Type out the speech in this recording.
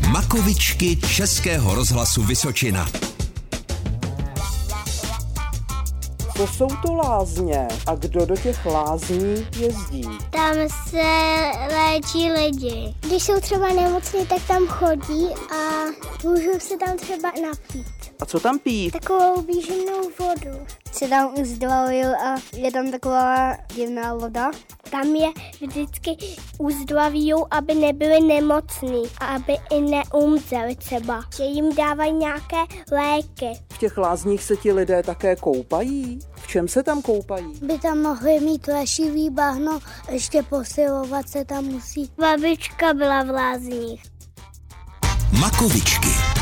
Vlakovičky Českého rozhlasu Vysočina. Co jsou to lázně a kdo do těch lázní jezdí? Tam se léčí lidi. Když jsou třeba nemocní, tak tam chodí a můžou se tam třeba napít. A co tam pijí? Takovou výživnou vodu. Se tam uzdvalují a je tam taková divná voda. Tam je vždycky uzdlaví, aby nebyli nemocní a aby i neumřeli třeba. Že jim dávají nějaké léky. V těch lázních se ti lidé také koupají? V čem se tam koupají? By tam mohli mít lešivý bahno, ještě posilovat se tam musí. Babička byla v lázních. Makovičky.